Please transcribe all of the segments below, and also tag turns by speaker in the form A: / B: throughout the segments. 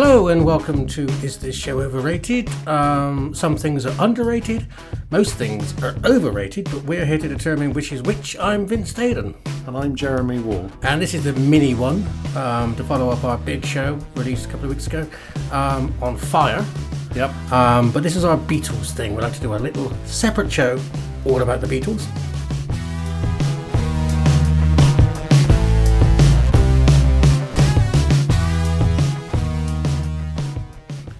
A: welcome to Is This Show Overrated? Um, some things are underrated, most things are overrated, but we're here to determine which is which. I'm Vince Staden,
B: And I'm Jeremy Wall.
A: and this is the mini one um, to follow up our big show released a couple of weeks ago um, on Fire.
B: Yep.
A: Um, but this is our Beatles thing. We'd like to do a little separate show all about the Beatles.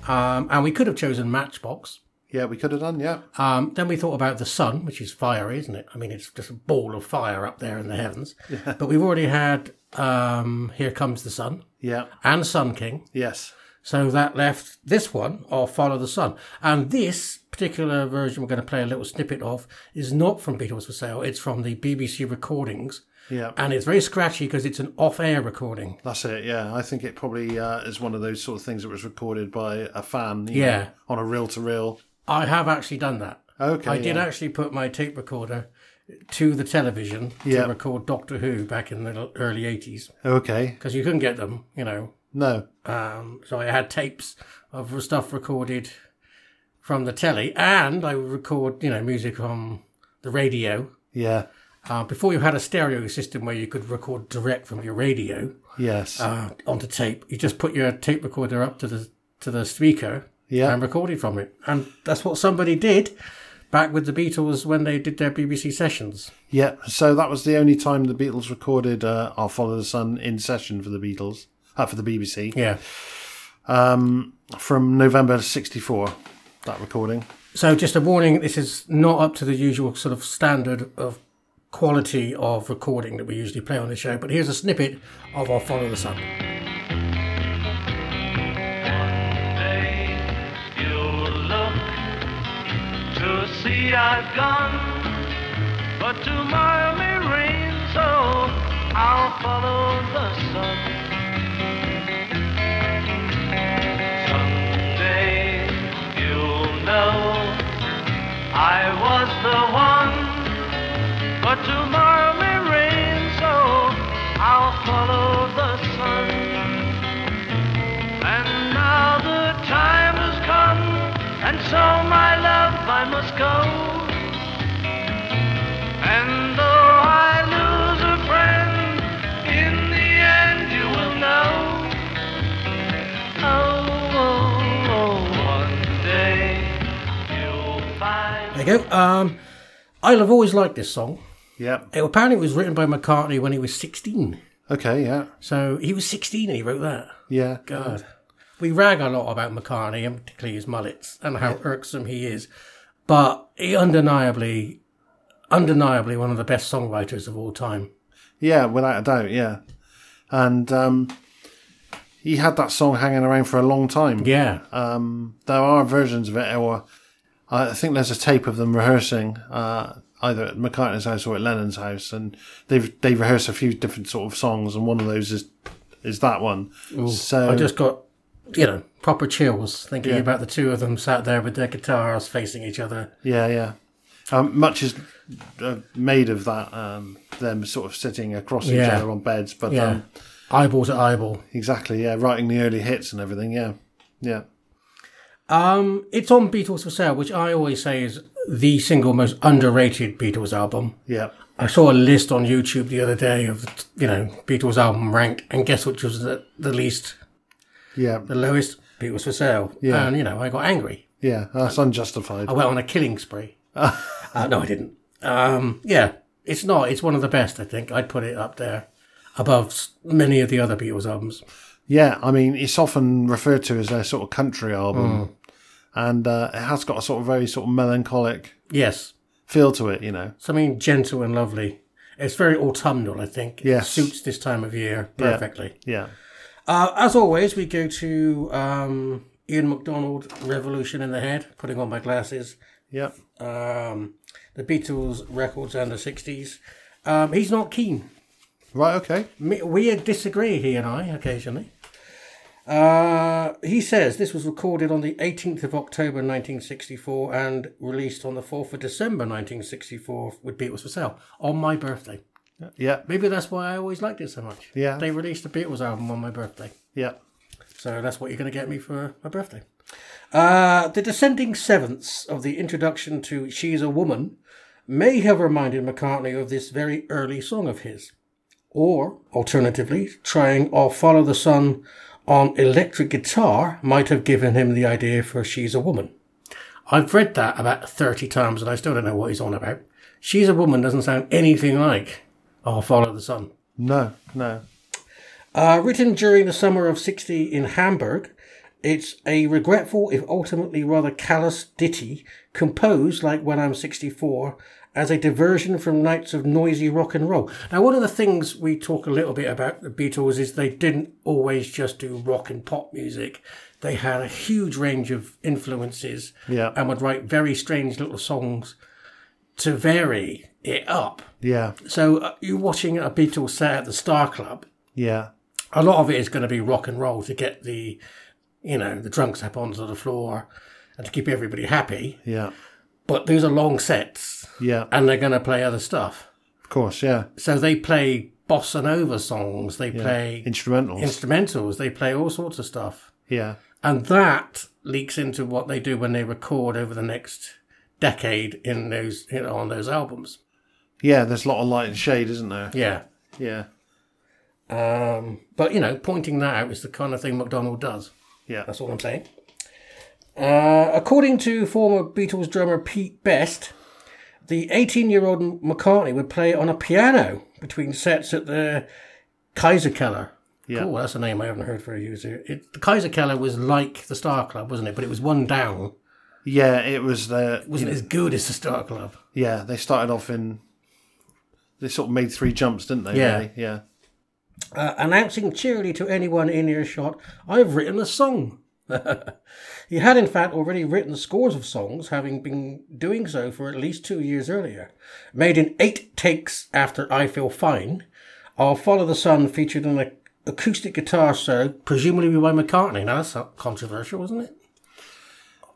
A: Um, and we could have chosen Matchbox.
B: Yeah, we could have done, yeah.
A: Um, then we thought about the sun, which is fire, isn't it? I mean, it's just a ball of fire up there in the heavens. But we've already had um, Here Comes the Sun
B: Yeah.
A: and Sun King.
B: Yes.
A: So that left this one, or Follow the Sun. And this particular version we're going to play a little snippet of is not from Beatles for Sale, it's from the BBC recordings.
B: Yeah.
A: And it's very scratchy because it's an off air recording.
B: That's it, yeah. I think it probably uh, is one of those sort of things that was recorded by a fan. you
A: Yeah.
B: know, on a reel to reel.
A: I have actually done that.
B: Okay.
A: I did
B: yeah.
A: actually put my tape recorder to the television
B: Yeah.
A: to record Doctor Who back in the early 80s
B: Okay.
A: because you couldn't get them, you know.
B: No.
A: Um, so I had tapes of stuff recorded from the telly, and I would record, you know, music on the radio.
B: Yeah.
A: Uh, before you had a stereo system where you could record direct from your radio
B: Yes.
A: uh, onto tape, you just put your tape recorder up to the to the speaker
B: Yeah.
A: and recorded from it, and that's what somebody did back with the Beatles when they did their BBC sessions.
B: yeah. So that was the only time the Beatles recorded uh, I'll Follow the Sun in session for the Beatles, uh, for the BBC,
A: Yeah.
B: um, from November 64, that recording.
A: So just a warning: this is not up to the usual sort of standard of quality of recording that we usually play on the show. But here's a snippet of our follow the sun.
C: day you'll look to see I've gone, but tomorrow may rain, so I'll follow the sun. Someday you'll know I was the one, but tomorrow may rain, so I'll follow the sun. And now the time has come, and so my love I must go. And though I lose a friend, in the end you will know. Oh, oh, oh one day you'll find.
A: There you go. Um, I have always liked this song.
B: Yeah.
A: It, apparently, it was written by McCartney when he was 16.
B: Okay. Yeah.
A: So he was 16 and he wrote that.
B: Yeah.
A: God. We rag a lot about McCartney, and particularly his mullets, and how irksome he is. But he undeniably, undeniably one of the best songwriters of all time.
B: Yeah, without a doubt, yeah. And um, he had that song hanging around for a long time.
A: Yeah.
B: Um, there are versions of it, or I think there's a tape of them rehearsing uh, either at McCartney's house or at Lennon's house, and they've they rehearse a few different sort of songs, and one of those is is that one. so
A: I just got, you know, proper chills thinking
B: Yeah.
A: about the two of them sat there with their guitars facing each other.
B: yeah, yeah. Um, much is uh, made of that. Um, them sort of sitting across each
A: Yeah.
B: other on beds, but
A: Yeah.
B: um,
A: eyeball to eyeball.
B: exactly, yeah, writing the early hits and everything. Yeah, yeah.
A: Um, it's on Beatles for Sale, which I always say is the single most underrated Beatles album.
B: Yeah.
A: I saw a list on YouTube the other day of, you know, Beatles album rank, and guess which was the, the least,
B: Yeah.
A: the lowest? Beatles for Sale.
B: Yeah.
A: And, you know, I got angry.
B: Yeah, that's unjustified.
A: I went on a killing spree. uh, no, I didn't. Um, yeah, it's not. It's one of the best, I think. I'd put it up there above s- many of the other Beatles albums.
B: Yeah, I mean, it's often referred to as their sort of country album, and uh, it has got a sort of very sort of melancholic
A: Yes,
B: feel to it, you know.
A: something gentle and lovely. It's very autumnal, I think. It
B: Yes.
A: suits this time of year
B: Yeah.
A: perfectly.
B: Yeah,
A: Uh, as always, we go to um, Ian MacDonald, Revolution in the Head, putting on my glasses.
B: yeah,
A: Um, the Beatles records and the 60s. Um, he's not keen.
B: right, okay,
A: Me- We disagree, he and I, occasionally. Uh, he says this was recorded on the 18th of October 1964 and released on the 4th of December 1964 with Beatles for Sale on my birthday.
B: yeah,
A: Maybe that's why I always liked it so much.
B: Yeah.
A: They released a Beatles album on my birthday.
B: yeah,
A: So that's what you're going to get me for my birthday. Uh, the descending sevenths of the introduction to She's a Woman may have reminded McCartney of this very early song of his. Or, alternatively, trying I'll Follow the Sun on electric guitar might have given him the idea for She's a Woman. I've read that about 30 times and I still don't know what he's on about. She's a Woman doesn't sound anything like I'll Follow the Sun.
B: No, no.
A: Uh, written during the summer of 60 in Hamburg, it's a regretful, if ultimately rather callous, ditty composed like When I'm 64 as a diversion from nights of noisy rock and roll. Now, one of the things we talk a little bit about the Beatles is they didn't always just do rock and pop music. They had a huge range of influences
B: Yeah.
A: and would write very strange little songs to vary it up.
B: Yeah,
A: So, uh, you're watching a Beatles set at the Star Club
B: yeah,
A: a lot of it is going to be rock and roll to get the you know the drunks up onto the floor and to keep everybody happy
B: yeah,
A: but these are long sets
B: yeah.
A: and they're going to play other stuff
B: Of course, yeah.
A: so they play bossa nova songs they play
B: Instrumentals.
A: instrumentals they play all sorts of stuff
B: yeah,
A: and that leaks into what they do when they record over the next decade in those you know, on those albums
B: yeah. There's a lot of light and shade, isn't there?
A: yeah
B: Yeah,
A: um, but you know pointing that out is the kind of thing mcdonald does
B: yeah,
A: That's all I'm saying. Uh, according to former Beatles drummer Pete Best, the 18 year old McCartney would play on a piano between sets at the Kaiser Keller.
B: Yeah.
A: Cool, that's a name I haven't heard for a user. It, the Kaiser Keller was like the Star Club, wasn't it? But it was one down.
B: yeah. It was the
A: It wasn't as good as the Star Club.
B: yeah. They started off in. They sort of made three jumps, didn't they?
A: Yeah.
B: really? yeah.
A: uh, announcing cheerily to anyone in earshot, I've written a song. he had, in fact, already written scores of songs, having been doing so for at least two years earlier. Made in eight takes after I Feel Fine, I'll Follow the Sun featured an ac- acoustic guitar solo, presumably by McCartney. Now, that's not controversial, isn't it?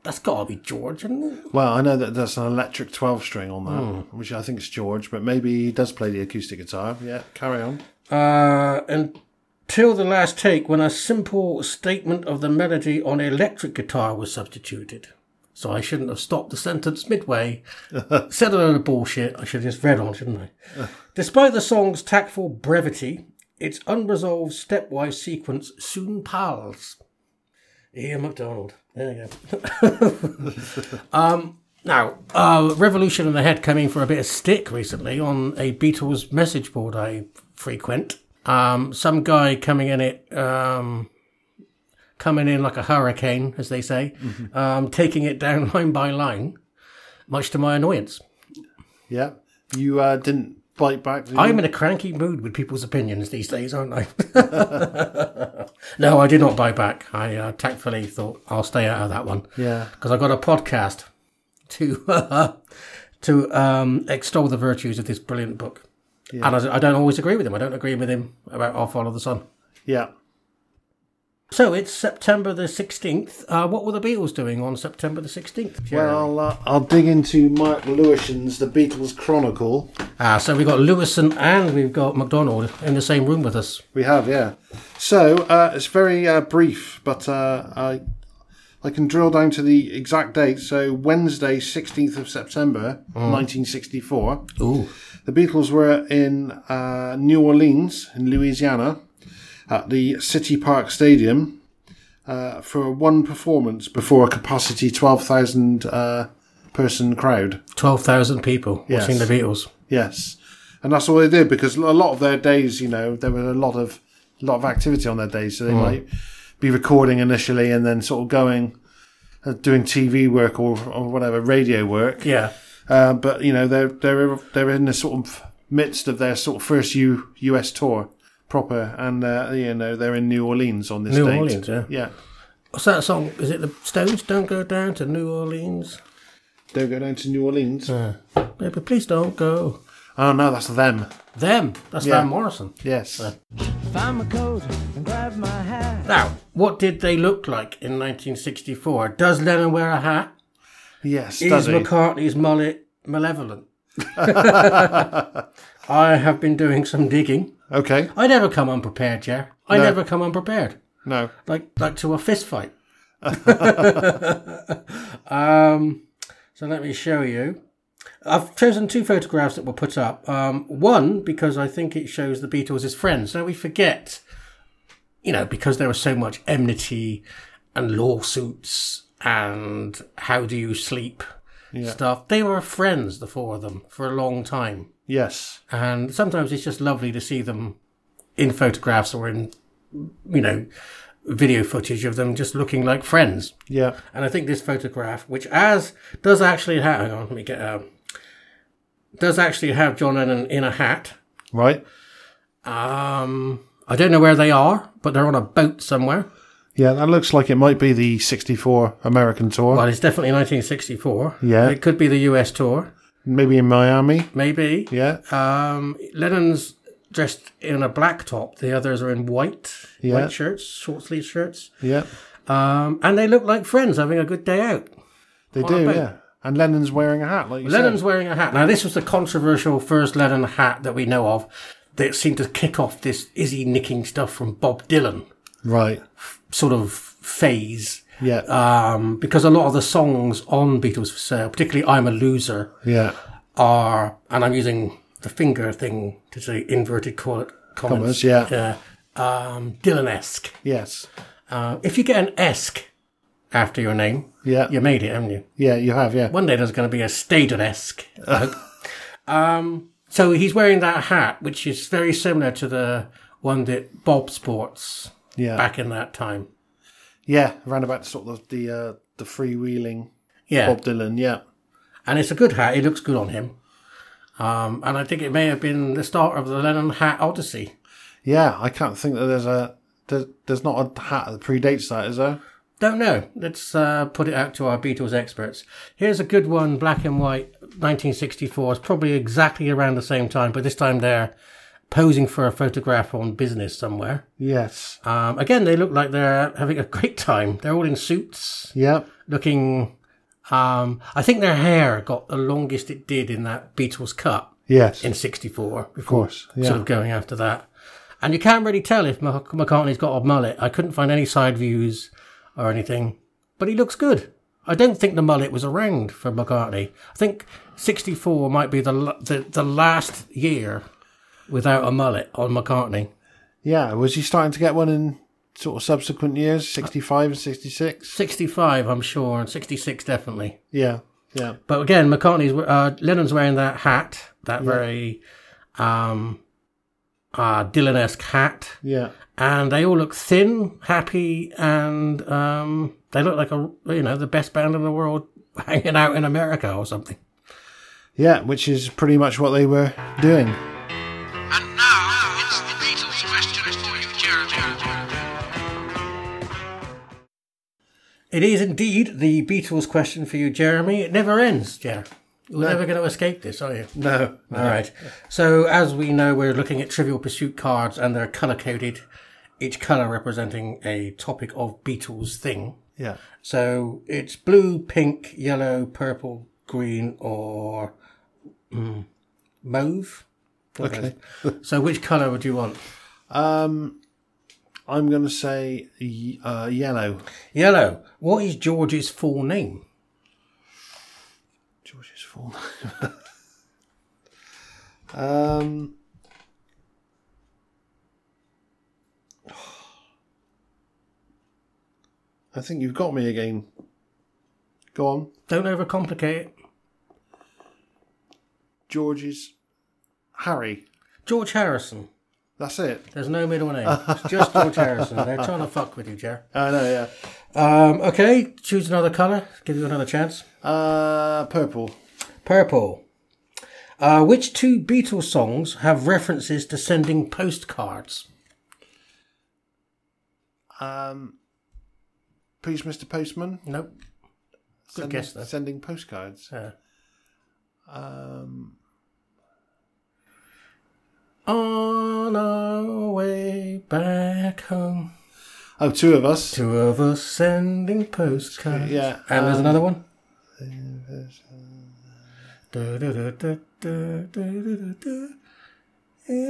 A: That's got to be George, isn't it?
B: Well, I know that there's an electric 12 string on that, which I think is George, but maybe he does play the acoustic guitar. Yeah, carry on.
A: Uh, until the last take, when a simple statement of the melody on electric guitar was substituted. So I shouldn't have stopped the sentence midway, said a load of bullshit. I should have just read on, shouldn't I? Despite the song's tactful brevity, its unresolved stepwise sequence soon pals. Ian MacDonald. There you go. um, now, uh, Revolution in the Head coming for a bit of stick recently on a Beatles message board I frequent. Um, some guy coming in it, um, coming in like a hurricane, as they say, um, taking it down line by line, much to my annoyance.
B: Yeah. You uh, didn't bite back. did you?
A: I'm in a cranky mood with people's opinions these days, aren't I? no, I did not buy back. I uh, tactfully thought I'll stay out of that one.
B: Yeah.
A: because I got a podcast to uh, to um, extol the virtues of this brilliant book. And I, I don't always agree with him. I don't agree with him about I'll Follow the Sun.
B: Yeah.
A: So it's September the 16th. Uh, what were the Beatles doing on September the 16th? Jerry?
B: Well, uh, I'll dig into Mark Lewison's The Beatles Chronicle.
A: Ah, so we've got Lewison and we've got McDonald in the same room with us.
B: We have, yeah. So uh, it's very uh, brief, but uh, I I can drill down to the exact date. So Wednesday, 16th of September, 1964.
A: Ooh.
B: The Beatles were in uh, New Orleans, in Louisiana, at the City Park Stadium uh, for one performance before a capacity 12,000 uh, person crowd.
A: 12,000 people
B: Yes.
A: watching the Beatles.
B: Yes. And that's all they did because a lot of their days, you know, there were a lot of lot of activity on their days. So they might be recording initially and then sort of going, uh, doing TV work or, or whatever, radio work.
A: Yeah.
B: Uh, but you know they're they're they're in the sort of midst of their sort of first U, US tour proper, and uh, you know they're in New Orleans on this
A: New
B: date.
A: Orleans, yeah.
B: yeah.
A: What's that song? Is it the Stones? Don't go down to New Orleans.
B: Don't go down to New Orleans.
A: Baby, please don't go.
B: oh no, that's them.
A: Them. That's
B: Yeah.
A: Van Morrison.
B: Yes.
D: Find my coat and grab my hat.
A: Now, what did they look like in 1964? Does Lennon wear a hat?
B: yes.
A: Is
B: Does he?
A: McCartney's mullet malevolent? I have been doing some digging.
B: okay.
A: I never come unprepared, Jer. I
B: No.
A: never come unprepared.
B: No.
A: like like to a fist fight. um, so let me show you. I've chosen two photographs that were put up. Um, one because I think it shows the Beatles as friends. Now we forget, you know, because there was so much enmity and lawsuits and how do you sleep stuff. They were friends, the four of them, for a long time
B: Yes.
A: and sometimes it's just lovely to see them in photographs or in you know video footage of them just looking like friends
B: Yeah.
A: and i think this photograph which as does actually have hang on, let me get um, does actually have john lennon in a hat
B: Right.
A: um i don't know where they are but they're on a boat somewhere
B: Yeah, that looks like it might be the 64 American tour.
A: well it's definitely 1964
B: Yeah.
A: it could be the us tour
B: Maybe in Miami.
A: maybe
B: Yeah.
A: Um, Lennon's dressed in a black top. The others are in white,
B: Yeah.
A: white shirts, short sleeve shirts.
B: Yeah.
A: Um, and they look like friends having a good day out.
B: They
A: a
B: do,
A: boat.
B: yeah. And Lennon's wearing a hat, like you
A: Lennon's
B: said.
A: wearing a hat. Now, this was the controversial first Lennon hat that we know of that seemed to kick off this is he nicking stuff from Bob Dylan
B: Right.
A: sort of phase.
B: Yeah.
A: Um, because a lot of the songs on Beatles for Sale, particularly I'm a Loser,
B: yeah.
A: are, and I'm using the finger thing to say inverted call it
B: Commas,
A: commas.
B: yeah.
A: um, Dylan-esque.
B: Yes.
A: Uh, if you get an esque after your name,
B: Yeah.
A: you made it, haven't you?
B: Yeah, you have, yeah.
A: One day there's going to be a Staden-esque. um, so he's wearing that hat, which is very similar to the one that Bob sports
B: Yeah.
A: back in that time.
B: Yeah, around about sort of the uh, the freewheeling
A: Yeah,
B: Bob Dylan, yeah.
A: and it's a good hat. It looks good on him. Um, and I think it may have been the start of the Lennon hat odyssey.
B: Yeah, I can't think that there's a there's, there's not a hat that predates that, is there?
A: Don't know. Let's uh, put it out to our Beatles experts. Here's a good one, black and white, 1964. It's probably exactly around the same time, but this time they're posing for a photograph on business somewhere.
B: Yes.
A: Um, again, they look like they're having a great time. They're all in suits,
B: Yeah.
A: looking. Um, I think their hair got the longest it did in that Beatles cut
B: Yes.
A: in '64. Of
B: course, yeah.
A: sort of going after that. And you can't really tell if Mc- McCartney's got a mullet. I couldn't find any side views or anything, but he looks good. I don't think the mullet was around for McCartney. I think '64 might be the, l- the the last year without a mullet on McCartney.
B: Yeah, was he starting to get one in sort of subsequent years, 65 and 66?
A: '65, I'm sure, and '66 definitely.
B: Yeah, yeah,
A: But again, McCartney's uh, Lennon's wearing that hat, that very um, uh, Dylan-esque hat,
B: yeah,
A: and they all look thin, happy, and um, they look like a you know the best band in the world hanging out in America or something.
B: yeah, which is pretty much what they were doing.
E: And now it's the Beatles question for you, Jeremy.
A: It is indeed the Beatles question for you, Jeremy. It never ends, Jer. You're never going to escape this, are you?
B: No,
A: All right. So, as we know, we're looking at Trivial Pursuit cards and they're color coded, each color representing a topic of Beatles thing.
B: Yeah,
A: So, it's blue, pink, yellow, purple, green, or mm, mauve.
B: okay.
A: So, which color would you want?
B: Um, I'm going to say y- uh, yellow.
A: Yellow. What is George's full name?
B: George's full name. um, I think you've got me again. Go on.
A: Don't overcomplicate it.
B: George's Harry.
A: George Harrison.
B: That's it.
A: There's no middle name. It's just George Harrison. They're trying to fuck with you, Jer.
B: I know, yeah.
A: Um, okay, choose another color. Give you another chance.
B: Uh, purple.
A: Purple. Uh, which two Beatles songs have references to sending postcards?
B: Um, please, Mr. Postman.
A: Nope. Good
B: Send-
A: guess, though.
B: Sending postcards.
A: Yeah.
B: Um,
A: On our way back home,
B: oh, two of us.
A: two of us sending postcards.
B: Yeah,
A: And there's
B: um,
A: another one. Du-du-du-du-du-du-du-du-du.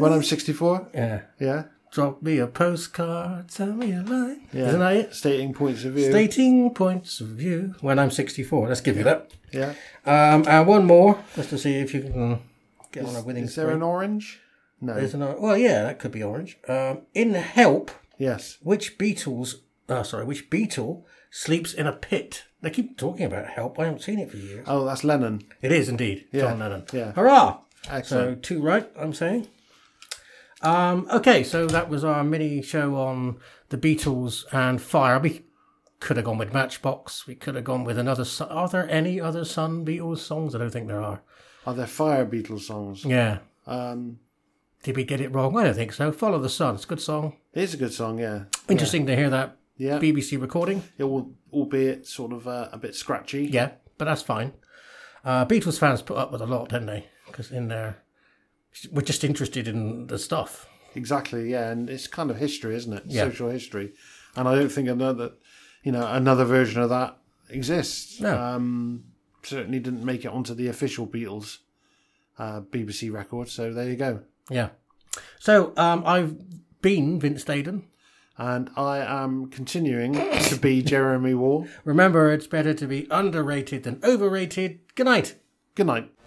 B: When I'm 64.
A: Yeah.
B: Yeah.
A: Drop me a postcard, tell me a lie.
B: Yeah.
A: Isn't that it?
B: Stating points of view.
A: Stating points of view when I'm 64. Let's give it up.
B: yeah.
A: Um, and one more, just to see if you can uh, get on a winning
B: Is there
A: streak.
B: an orange? No.
A: There's another. Well, yeah, that could be orange. Um, in Help,
B: yes.
A: which Beatles? Uh, sorry, which Beatle sleeps in a pit? They keep talking about Help. I haven't seen it for years.
B: Oh, that's Lennon.
A: It is indeed John
B: Yeah,
A: Lennon.
B: yeah.
A: Hurrah! So
B: Excellent.
A: two right, I'm saying. Um, okay, so that was our mini show on the Beatles and Fire. We could have gone with Matchbox. We could have gone with another. Sun. Are there any other Sun Beatles songs? I don't think there are.
B: Are there Oh, Fire Beatles songs?
A: Yeah.
B: Um,
A: Did we get it wrong? I don't think so. Follow the Sun. It's a good song.
B: it's a good song, yeah.
A: Interesting to hear that
B: Yeah.
A: BBC recording.
B: It will, albeit sort of uh, a bit scratchy.
A: Yeah, but that's fine. Uh, Beatles fans put up with a lot, didn't they? Because in there, we're just interested in the stuff.
B: Exactly, yeah, and it's kind of history, isn't it?
A: Yeah.
B: Social history, and I don't think another, you know, another version of that exists.
A: No.
B: Um, certainly didn't make it onto the official Beatles uh, BBC record. So there you go.
A: Yeah. So um, I've been Vince Staden.
B: And I am continuing to be Jeremy Wall.
A: Remember, it's better to be underrated than overrated. Good night.
B: Good night.